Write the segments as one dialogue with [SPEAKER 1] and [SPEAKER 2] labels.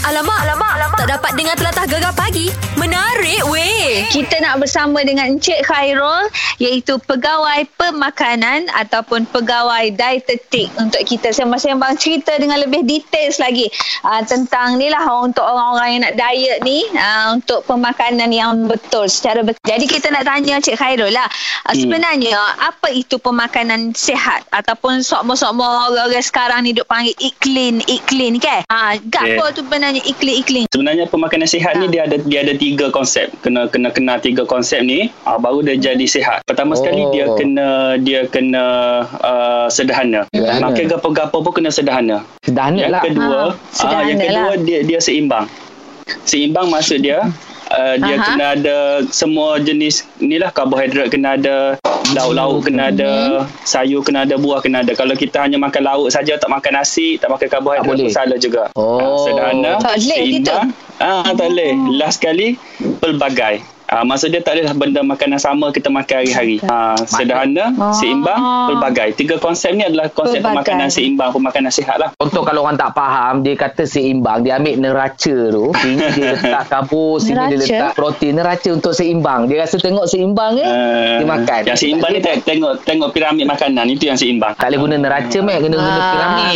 [SPEAKER 1] Alamak, alamak, alamak. Tak dapat dengar telatah gegar pagi. Menarik weh.
[SPEAKER 2] Eh, Kita nak bersama dengan Encik Khairul iaitu pegawai pemakanan ataupun pegawai dietetik untuk kita sembang-sembang cerita dengan lebih details lagi uh, tentang ni lah untuk orang-orang yang nak diet ni uh, untuk pemakanan yang betul secara betul. Jadi kita nak tanya Encik Khairul lah uh,
[SPEAKER 3] Hmm.
[SPEAKER 2] sebenarnya apa itu pemakanan sihat ataupun sokmo-sokmo orang-orang sekarang ni duk panggil iklim iklim kan? Ha, gak
[SPEAKER 3] Yeah.
[SPEAKER 2] yeah. tu sebenarnya iklim iklim?
[SPEAKER 3] Sebenarnya pemakanan sihat ni dia ada dia ada tiga konsep. Kena kena kena tiga konsep ni ah, baru dia jadi sihat. Pertama sekali
[SPEAKER 4] Oh.
[SPEAKER 3] dia kena dia kena uh, sederhana.
[SPEAKER 4] Sederhana.
[SPEAKER 3] Makan gapo-gapo pun kena sederhana.
[SPEAKER 4] Sederhana
[SPEAKER 3] Yang
[SPEAKER 4] lah.
[SPEAKER 3] kedua,
[SPEAKER 2] Ha,
[SPEAKER 3] ha, ah yang
[SPEAKER 2] sederhana
[SPEAKER 3] kedua dia dia seimbang. Seimbang maksud dia uh, dia
[SPEAKER 2] Hmm. Aha.
[SPEAKER 3] kena ada semua jenis ni lah karbohidrat kena ada, lauk-lauk kena
[SPEAKER 2] Hmm.
[SPEAKER 3] ada, sayur kena ada, buah kena ada. Kalau kita hanya makan lauk saja tak makan nasi, tak makan
[SPEAKER 4] Tak
[SPEAKER 3] karbohidrat
[SPEAKER 4] boleh.
[SPEAKER 3] pun salah juga.
[SPEAKER 4] Oh.
[SPEAKER 3] Ah, sederhana,
[SPEAKER 2] Tak boleh Hmm.
[SPEAKER 3] seimbang. Ah tak boleh. Last sekali pelbagai. Ah maksud dia tak adalah benda makanan sama kita makan hari-hari. Ah sederhana,
[SPEAKER 2] Ah.
[SPEAKER 3] seimbang, pelbagai. Tiga konsep ni adalah konsep
[SPEAKER 2] Pelbagai.
[SPEAKER 3] pemakanan seimbang, pemakanan sihat lah.
[SPEAKER 4] Contoh kalau orang tak faham, dia kata seimbang. Dia ambil neraca tu. Sini dia letak kabur, sini dia
[SPEAKER 2] Neraca?
[SPEAKER 4] letak protein. Neraca untuk seimbang. Dia rasa tengok seimbang ke,
[SPEAKER 3] Ah.
[SPEAKER 4] dia makan.
[SPEAKER 3] Yang seimbang ni tengok, tengok tengok piramid makanan itu yang seimbang.
[SPEAKER 4] Tak boleh guna neraca, Mac. Kena guna
[SPEAKER 2] Ah.
[SPEAKER 4] piramid.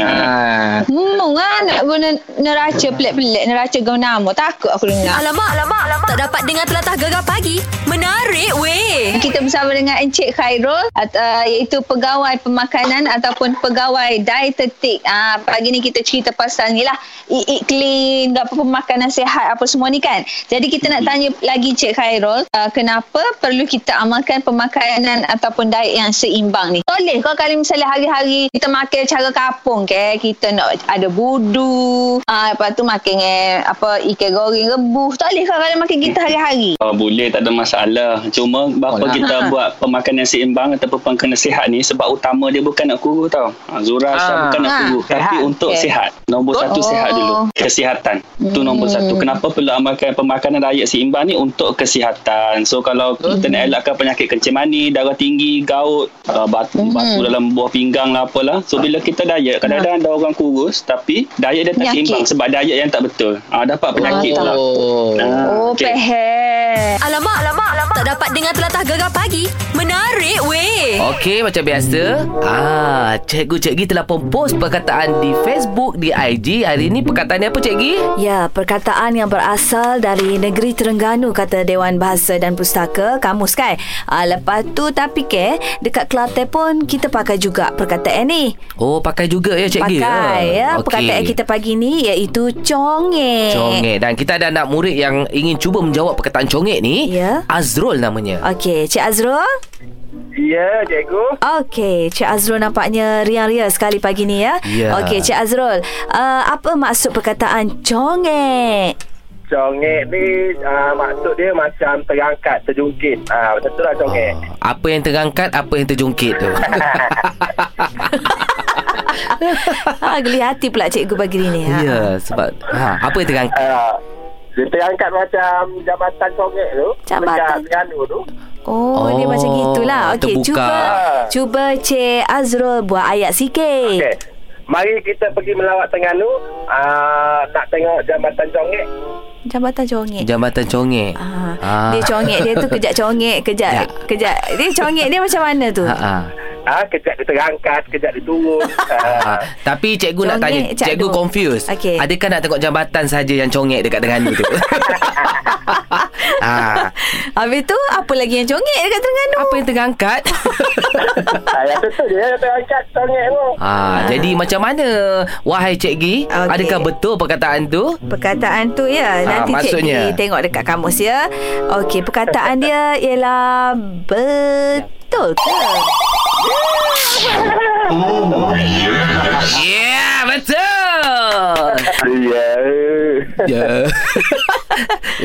[SPEAKER 4] Ah.
[SPEAKER 2] Hmm, kan nak guna neraca pelik-pelik, neraca guna nama. Takut aku dengar.
[SPEAKER 1] Alamak, alamak, alamak. Tak dapat dengar telatah gegar pagi. Menarik
[SPEAKER 5] Eh,
[SPEAKER 1] weh.
[SPEAKER 2] Kita bersama dengan Encik Khairul at- uh, iaitu pegawai pemakanan ataupun pegawai dietetik. Ah pagi ni kita cerita pasal ni lah eat, eat clean, apa pemakanan sihat apa semua ni kan. Jadi kita nak tanya lagi Encik Khairul uh, kenapa perlu kita amalkan pemakanan ataupun diet yang seimbang ni. Boleh kau kalau misalnya hari-hari kita makan cara kapung ke kita nak ada budu, ah lepas tu makan eh, apa ikan goreng rebus. Tak boleh kau kalau makan kita hari-hari.
[SPEAKER 3] Oh, boleh tak ada masalah. Cuma bapa
[SPEAKER 4] Oh, lah.
[SPEAKER 3] kita buat pemakanan seimbang ataupun pemakanan sihat ni sebab utama dia bukan nak kurus tau. Ha, Zura
[SPEAKER 4] Ah.
[SPEAKER 3] ha. bukan nak
[SPEAKER 2] Ah,
[SPEAKER 3] kurus tapi
[SPEAKER 4] sihat.
[SPEAKER 3] untuk
[SPEAKER 2] Okay.
[SPEAKER 3] sihat. Nombor satu
[SPEAKER 2] Oh.
[SPEAKER 3] sihat dulu. Kesihatan. Tu nombor satu. Kenapa perlu amalkan pemakanan diet seimbang ni untuk kesihatan. So kalau kita nak elakkan penyakit kencing manis, darah tinggi, gaut, uh, batu, batu dalam buah pinggang lah apalah. So bila kita diet kadang-kadang ada orang kurus tapi diet dia tak
[SPEAKER 2] Penyakit.
[SPEAKER 3] seimbang sebab diet yang tak betul. Ah dapat penyakit tu lah.
[SPEAKER 4] Oh.
[SPEAKER 3] Ah,
[SPEAKER 2] Oh,
[SPEAKER 3] okey.
[SPEAKER 2] okay. pehe.
[SPEAKER 1] Alamak, alamak, alamak. Tak dapat dengar telatah gegar pagi. Menarik weh.
[SPEAKER 6] Okey macam biasa ah Cikgu-cikgi telah pun post perkataan di Facebook Di IG Hari ini perkataan dia apa cikgi?
[SPEAKER 5] Ya, perkataan yang berasal dari negeri Terengganu kata Dewan Bahasa dan Pustaka kamus kan. Ah lepas tu tapi ke dekat Kelantan pun kita pakai juga perkataan ni.
[SPEAKER 6] Oh pakai juga ya cikgi
[SPEAKER 5] Pakai
[SPEAKER 4] Ah,
[SPEAKER 5] ya,
[SPEAKER 6] Okey.
[SPEAKER 5] perkataan kita pagi ni iaitu congek.
[SPEAKER 6] Congek Dan kita ada anak murid yang ingin cuba menjawab perkataan congek ni
[SPEAKER 5] Ya.
[SPEAKER 6] Azrul namanya
[SPEAKER 5] Okey, Cik Azrul.
[SPEAKER 7] Ya, cikgu.
[SPEAKER 5] Okey, Cik Azrul nampaknya ria-ria sekali pagi ni ya.
[SPEAKER 6] Ya.
[SPEAKER 5] Okey, Cik Azrul. Uh, apa maksud perkataan congek?
[SPEAKER 7] Congek ni uh, maksud dia macam terangkat, terjungkit. Ah, macam tu lah congek.
[SPEAKER 6] ah, Apa yang terangkat Apa yang terjungkit tu
[SPEAKER 5] ha, geli hati pula cikgu pagi ni.
[SPEAKER 6] Ya sebab ha, Apa yang terangkat
[SPEAKER 7] Ah. dia terangkat macam jabatan congek tu.
[SPEAKER 5] Jabatan.
[SPEAKER 7] Dekat Terengganu tu.
[SPEAKER 5] Oh,
[SPEAKER 6] Oh,
[SPEAKER 5] oh dia macam gitulah. Okey,
[SPEAKER 6] terbuka.
[SPEAKER 5] cuba cuba Cik Azrul buat ayat sikit.
[SPEAKER 7] Okey. Mari kita pergi melawat Terengganu. Ah, nak tengok jabatan congek.
[SPEAKER 5] Jabatan congek.
[SPEAKER 6] Jabatan congek
[SPEAKER 5] Eh. Ah,
[SPEAKER 6] Ah.
[SPEAKER 5] Dia congek dia tu kejap congek, kejap
[SPEAKER 6] Ya.
[SPEAKER 5] kejap. Dia congek dia macam mana tu?
[SPEAKER 6] Ha, ah.
[SPEAKER 7] Ah, kejap dia terangkat, kejap dia turun.
[SPEAKER 6] Ha.
[SPEAKER 7] ah.
[SPEAKER 6] Tapi cikgu nak tanya
[SPEAKER 5] Congek, Cik
[SPEAKER 6] Cikgu
[SPEAKER 5] Adul.
[SPEAKER 6] confused
[SPEAKER 5] Okey.
[SPEAKER 6] Adakah nak tengok jabatan saja Yang congek dekat Terengganu tu ha.
[SPEAKER 5] Habis tu apa lagi yang congek dekat Terengganu?
[SPEAKER 6] Apa yang terangkat
[SPEAKER 7] Ah, yang tu dia terangkat congek tu.
[SPEAKER 6] ha, Jadi macam mana Wahai cikgi
[SPEAKER 5] Okey.
[SPEAKER 6] Adakah betul perkataan tu
[SPEAKER 5] Perkataan tu ya
[SPEAKER 6] Ah,
[SPEAKER 5] Nanti cik
[SPEAKER 6] maksudnya.
[SPEAKER 5] pergi tengok dekat kamus ya Okey perkataan dia ialah Betul ke?
[SPEAKER 6] Yeah betul
[SPEAKER 7] Ya.
[SPEAKER 6] Ya yeah.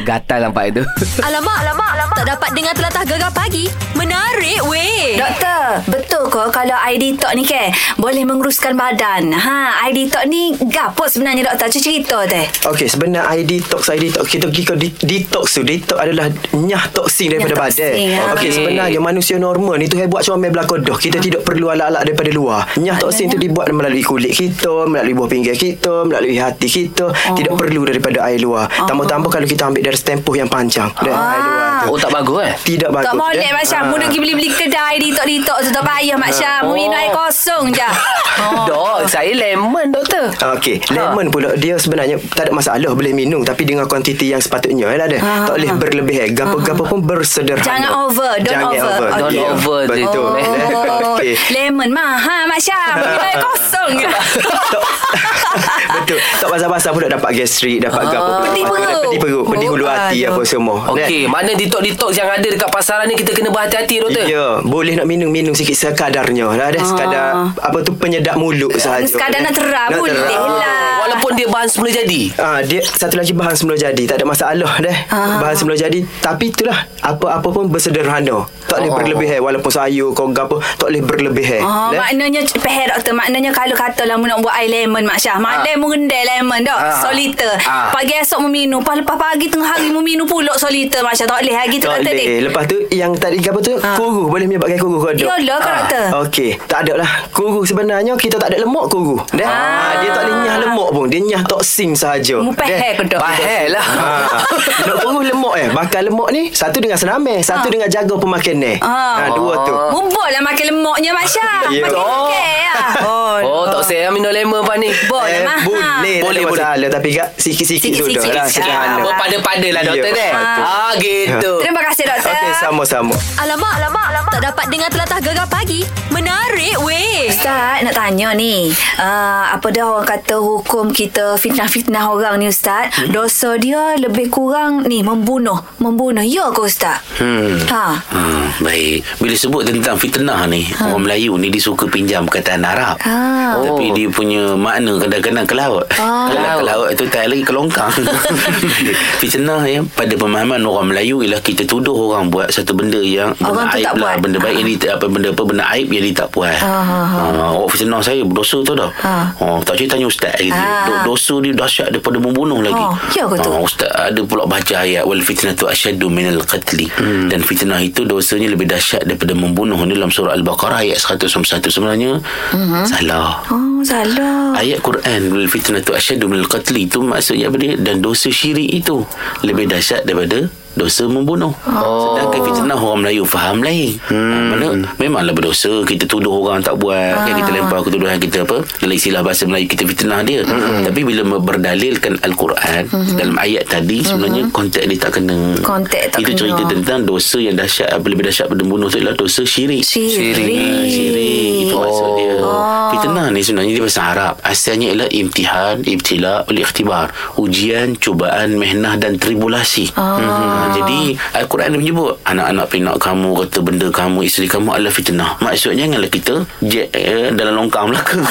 [SPEAKER 6] Gatal nampak itu.
[SPEAKER 1] Alamak, alamak, alamak. Tak dapat dengar telatah gegar pagi. Menarik weh.
[SPEAKER 5] Doktor, betul ke kalau ID Talk ni ke boleh menguruskan badan? Ha, ID Talk ni gapo sebenarnya doktor? Cuci cerita teh.
[SPEAKER 8] Okey, sebenar ID detox, ID detox. Kita pergi ke de- detox tu. Detox adalah nyah toksin daripada
[SPEAKER 5] Nyah
[SPEAKER 8] badan.
[SPEAKER 5] toksin, ah.
[SPEAKER 8] Okey,
[SPEAKER 6] Okey.
[SPEAKER 8] sebenarnya manusia normal ni tu hebat comel belakodoh.
[SPEAKER 5] Ha.
[SPEAKER 8] Kita tidak perlu alat-alat daripada luar. Nyah toksin
[SPEAKER 5] lah.
[SPEAKER 8] tu dibuat melalui kulit kita, melalui buah pinggir kita, melalui hati
[SPEAKER 5] Oh.
[SPEAKER 8] kita. Tidak perlu daripada air luar. Tambah-tambah kalau kita ambil dari tempoh yang panjang. Dari air luar tu.
[SPEAKER 6] Oh tak bagus eh?
[SPEAKER 8] Tidak bagus.
[SPEAKER 5] Ah. Tak boleh
[SPEAKER 8] Dan-
[SPEAKER 5] Mak Syah.
[SPEAKER 8] Ah.
[SPEAKER 5] Mu pergi beli-beli kedai di Tok Tok tu tak payah
[SPEAKER 6] Ah.
[SPEAKER 5] Mak Syah. Mu minum air kosong je.
[SPEAKER 6] Dok, saya lemon doktor.
[SPEAKER 8] Okey, lemon pula dia sebenarnya tak ada masalah boleh minum tapi dengan kuantiti yang sepatutnya eh, lah dia.
[SPEAKER 5] Ah.
[SPEAKER 8] tak boleh berlebih eh. Gapo-gapo pun bersederhana.
[SPEAKER 5] Jangan over, don't
[SPEAKER 8] Jangan
[SPEAKER 5] over.
[SPEAKER 8] over.
[SPEAKER 5] Don't
[SPEAKER 8] Ya,
[SPEAKER 6] over,
[SPEAKER 8] Betul.
[SPEAKER 5] Oh,
[SPEAKER 8] Okey.
[SPEAKER 5] lemon mahal Mak Syah. Mu minum air kosong je.
[SPEAKER 8] Tak- Betul. Tak basah-basah pula dapat gastrik, dapat
[SPEAKER 6] Ah.
[SPEAKER 8] gapo pula.
[SPEAKER 5] Pedih
[SPEAKER 8] Maka dah
[SPEAKER 5] perut.
[SPEAKER 8] Pedih perut, pedih hulu
[SPEAKER 5] Oh,
[SPEAKER 8] hati
[SPEAKER 5] aduh.
[SPEAKER 8] apa semua.
[SPEAKER 6] Okey, mana detox-detox yang ada dekat pasaran ni kita kena berhati-hati doktor.
[SPEAKER 8] Ya, boleh nak minum-minum sikit sekadarnya. Dah ada sekadar apa tu penyedap mulut sahaja.
[SPEAKER 5] Ah. Sekadar nak terang
[SPEAKER 8] Nak
[SPEAKER 5] boleh
[SPEAKER 8] terang.
[SPEAKER 5] lah.
[SPEAKER 6] Oh, Walaupun dia bahan semula jadi.
[SPEAKER 8] Ah, dia satu lagi bahan semula jadi tak ada masalah deh. Ah. Bahan semula jadi tapi itulah apa-apa pun bersederhana. Tak boleh
[SPEAKER 6] Oh.
[SPEAKER 8] berlebih eh walaupun sayur kau gapo tak boleh berlebih eh.
[SPEAKER 5] Oh, maknanya peh doktor maknanya kalau katalah mu nak buat air lemon Mak Syah malam mu rendai lemon dok
[SPEAKER 6] Ah.
[SPEAKER 5] soliter
[SPEAKER 6] Ah.
[SPEAKER 5] pagi esok mu minum lepas, lepas pagi tengah hari mu minum pula soliter Mak Syah tak boleh lagi tu
[SPEAKER 8] tak
[SPEAKER 5] doktor
[SPEAKER 8] boleh.
[SPEAKER 5] ni
[SPEAKER 8] Lepas tu yang tadi apa tu kan ah. kuru boleh menyebabkan kuru kau dok.
[SPEAKER 5] Yalah kau doktor
[SPEAKER 8] Okey, tak ada lah. Kuru sebenarnya kita tak ada lemak kuru. Deh. Ah. dia tak boleh nyah lemak pun. Dia nyah toksin sahaja.
[SPEAKER 5] mu peh ke dok
[SPEAKER 6] Bahel lah.
[SPEAKER 8] Ah. Nak kuru lemak eh. Bakar lemak ni satu dengan senamai, satu dengan jaga pemakanan.
[SPEAKER 5] Ah.
[SPEAKER 8] Ah. dua tu.
[SPEAKER 5] mu buat lah makan lemaknya Mak Syah
[SPEAKER 8] Ya.
[SPEAKER 5] makan
[SPEAKER 6] Oh.
[SPEAKER 5] kek lah oh,
[SPEAKER 6] Oh, tak saya minum lemon pak ni.
[SPEAKER 5] Boleh
[SPEAKER 8] Eh,
[SPEAKER 5] mahal.
[SPEAKER 8] boleh, boleh,
[SPEAKER 6] Boleh,
[SPEAKER 8] boleh. Masalah, tapi gak sikit-sikit dulu
[SPEAKER 5] Sikit-sikit,
[SPEAKER 8] lah.
[SPEAKER 5] sikit-sikit.
[SPEAKER 8] Sederhana.
[SPEAKER 5] Ah,
[SPEAKER 6] Berpada-pada lah doktor
[SPEAKER 8] Ya,
[SPEAKER 6] deh.
[SPEAKER 8] betul.
[SPEAKER 6] Ah, gitu.
[SPEAKER 5] terima kasih doktor
[SPEAKER 8] Okey, sama-sama.
[SPEAKER 1] Alamak, alamak, alamak. Tak dapat dengar telatah gegar pagi. Menarik weh.
[SPEAKER 5] Ustaz nak tanya ni uh, Apa dah orang kata Hukum kita Fitnah-fitnah orang ni Ustaz hmm? Dosa dia lebih kurang Ni membunuh Membunuh Ya ke Ustaz
[SPEAKER 9] Hmm.
[SPEAKER 5] Ha
[SPEAKER 9] Hmm, baik. Bila sebut tentang fitnah ni, ha. orang Melayu ni dia suka pinjam perkataan Arab.
[SPEAKER 5] Ah.
[SPEAKER 9] Tapi dia punya makna kadang-kadang ke laut.
[SPEAKER 5] Ah.
[SPEAKER 9] Kalau ke laut tu tak lagi ke longkang. fitnah ya, pada pemahaman orang Melayu ialah kita tuduh orang buat satu benda yang benda
[SPEAKER 5] Orang tu
[SPEAKER 9] aib
[SPEAKER 5] tak
[SPEAKER 9] lah,
[SPEAKER 5] buat.
[SPEAKER 9] benda baik yang dia, apa benda apa benda aib yang dia tak puas.
[SPEAKER 5] Ah, ah,
[SPEAKER 9] Ah, awak fitnah saya berdosa tu dah.
[SPEAKER 5] Ah.
[SPEAKER 9] Oh, tak cerita tanya ustaz lagi.
[SPEAKER 5] Ah.
[SPEAKER 9] Do- Dosa dia dahsyat daripada membunuh lagi.
[SPEAKER 5] Oh, ya ke tu?
[SPEAKER 9] Ah, Ustaz ada pula baca ayat wal fitnatu asyaddu minal qatli hmm. dan fitnah itu dosanya lebih dahsyat daripada membunuh Ini dalam surah al-baqarah ayat 191 sebenarnya
[SPEAKER 5] Mhm.
[SPEAKER 9] hmm. salah
[SPEAKER 5] Oh salah
[SPEAKER 9] ayat Quran wal fitnatu asyaddu minal qatli itu maksudnya apa dia dan dosa syirik itu lebih dahsyat daripada dosa membunuh oh. sedangkan fitnah orang Melayu faham lain hmm. mana memanglah berdosa kita tuduh orang tak buat kan kita lempar ketuduhan kita apa dalam istilah bahasa Melayu kita fitnah dia hmm. tapi bila berdalilkan Al-Quran hmm. dalam ayat tadi sebenarnya konteks dia tak kena
[SPEAKER 5] Konteks tak
[SPEAKER 9] itu
[SPEAKER 5] kena.
[SPEAKER 9] cerita tentang dosa yang dahsyat apa lebih dahsyat pada membunuh tu ialah dosa syirik Ah, Syirik Itu oh. maksud dia Fitnah ni sebenarnya Dia bahasa Arab Asalnya ialah Imtihan Ibtila oleh ikhtibar Ujian Cubaan Mehnah dan tribulasi oh. hmm. Jadi Al-Quran dia menyebut Anak-anak pinak kamu Kata benda kamu Isteri kamu adalah fitnah Maksudnya Janganlah kita je, eh, Dalam longkang belaka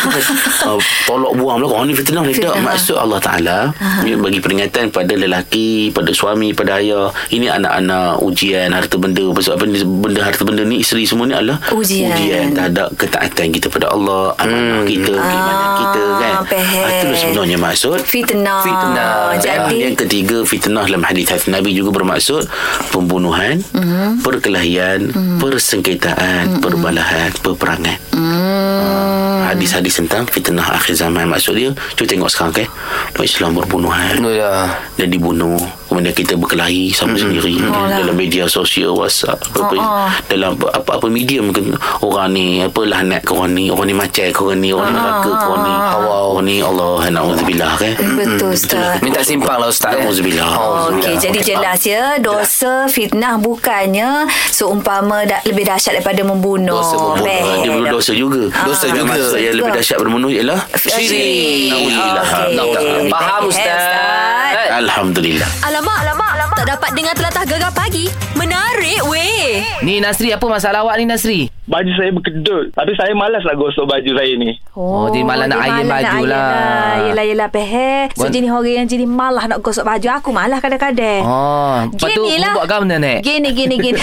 [SPEAKER 9] uh, Tolak buang belaka Oh ni fitnah Ah. ni tak Maksud Allah Ta'ala dia Bagi peringatan pada lelaki Pada suami Pada ayah Ini anak-anak Ujian Harta benda Pasal apa ni Benda harta benda ni Isteri semua ni adalah
[SPEAKER 5] Ujian.
[SPEAKER 9] ujian terhadap ketaatan kita pada Allah amanah hmm. kita keimanan kita kan
[SPEAKER 5] faham.
[SPEAKER 9] Ah, itu sebenarnya maksud
[SPEAKER 5] Ah, Fitnah
[SPEAKER 9] fitnah Ah,
[SPEAKER 5] Jadi
[SPEAKER 9] yang ketiga fitnah dalam hadis hadis Nabi juga bermaksud pembunuhan
[SPEAKER 5] Hmm.
[SPEAKER 9] mm. perkelahian mm. persengketaan mm. perbalahan peperangan
[SPEAKER 5] Hmm.
[SPEAKER 9] mm. hadis-hadis tentang fitnah akhir zaman maksud dia cuba tengok sekarang kan okay? Islam berbunuhan
[SPEAKER 6] Oh, ya.
[SPEAKER 9] dan dibunuh kemudian kita berkelahi sama
[SPEAKER 6] Hmm.
[SPEAKER 9] mm-hmm. sendiri oh, dalam media sosial WhatsApp apa, oh, oh. dalam apa- apa-apa media mungkin orang ni apa lahnat ke orang ni orang ni macam ke orang ni
[SPEAKER 5] Ah.
[SPEAKER 9] orang ni neraka ke orang ni awal orang ni Allah na'udzubillah kan
[SPEAKER 5] Betul Ustaz
[SPEAKER 6] Minta simpang lah ustaz. eh.
[SPEAKER 9] na'udzubillah
[SPEAKER 5] Oh, Okey, jadi jelas ya dosa fitnah bukannya seumpama da, lebih dahsyat daripada membunuh.
[SPEAKER 9] dosa membunuh
[SPEAKER 5] Beh,
[SPEAKER 9] dia
[SPEAKER 5] dok.
[SPEAKER 9] berdosa juga dosa
[SPEAKER 5] Ah, juga.
[SPEAKER 9] maksud yang lebih dahsyat berbunuh ialah
[SPEAKER 5] Syirik.
[SPEAKER 9] na'udzubillah
[SPEAKER 5] Okey.
[SPEAKER 9] Na'udzubillah.
[SPEAKER 6] Faham
[SPEAKER 5] Eh,
[SPEAKER 6] ustaz.
[SPEAKER 5] Ustaz.
[SPEAKER 9] Alhamdulillah
[SPEAKER 1] Alamak, alamak, alamak. Tak dapat dengar telatah gegar pagi. Menarik weh.
[SPEAKER 6] Ni Nasri apa masalah awak ni Nasri?
[SPEAKER 7] baju saya berkedut. Tapi saya malas nak gosok baju saya ni.
[SPEAKER 6] Oh, dia malah nak
[SPEAKER 5] dia malah
[SPEAKER 6] iron
[SPEAKER 5] nak
[SPEAKER 6] baju
[SPEAKER 5] iron
[SPEAKER 6] lah.
[SPEAKER 5] Yelah, yelah, peher. So,
[SPEAKER 6] Wan-
[SPEAKER 5] jenis orang yang jenis malah nak gosok baju. Aku malah kadang-kadang.
[SPEAKER 6] Oh, lepas tu
[SPEAKER 5] Gini lah.
[SPEAKER 6] buat kau mana, Nek? Ah,
[SPEAKER 5] Gini, gini, gini.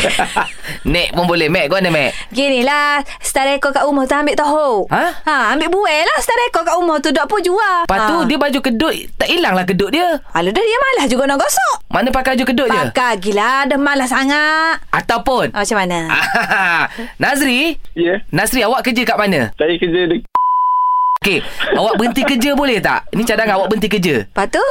[SPEAKER 6] Nek pun boleh. Mek, kau mana, Mek?
[SPEAKER 5] Gini lah Setara ekor kat rumah tu Ambil tahu
[SPEAKER 6] Ha?
[SPEAKER 5] ha ambil buai lah Setara ekor kat rumah tu Dok pun jual Ha.
[SPEAKER 6] Lepas tu, dia baju kedut, tak hilanglah kedut dia.
[SPEAKER 5] Alah dah dia malas juga nak gosok
[SPEAKER 6] Mana pakai baju kedut je?
[SPEAKER 5] Pakai gila Dah malas sangat
[SPEAKER 6] Ataupun?
[SPEAKER 5] Ah, Macam mana Ah.
[SPEAKER 6] Nazri?
[SPEAKER 7] Ya. Yeah.
[SPEAKER 6] Nazri, awak kerja kat mana?
[SPEAKER 7] Saya kerja de-
[SPEAKER 6] Okey, awak berhenti kerja boleh tak? Ini cadangan awak berhenti kerja.
[SPEAKER 5] Lepas tu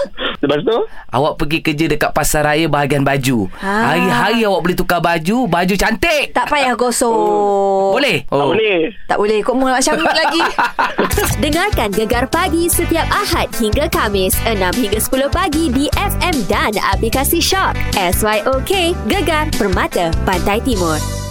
[SPEAKER 7] lepas tu
[SPEAKER 6] Awak pergi kerja dekat pasar raya bahagian baju.
[SPEAKER 5] Ah.
[SPEAKER 6] Hari-hari awak boleh tukar baju, baju cantik.
[SPEAKER 5] Tak payah gosok
[SPEAKER 6] Boleh?
[SPEAKER 7] oh. apa ni?
[SPEAKER 5] Tak boleh Kok mula macam ni lagi
[SPEAKER 1] Dengarkan Gegar Pagi setiap Ahad hingga Kamis 6 hingga 10 pagi di FM dan aplikasi Shock. SYOK Gegar Permata Pantai Timur.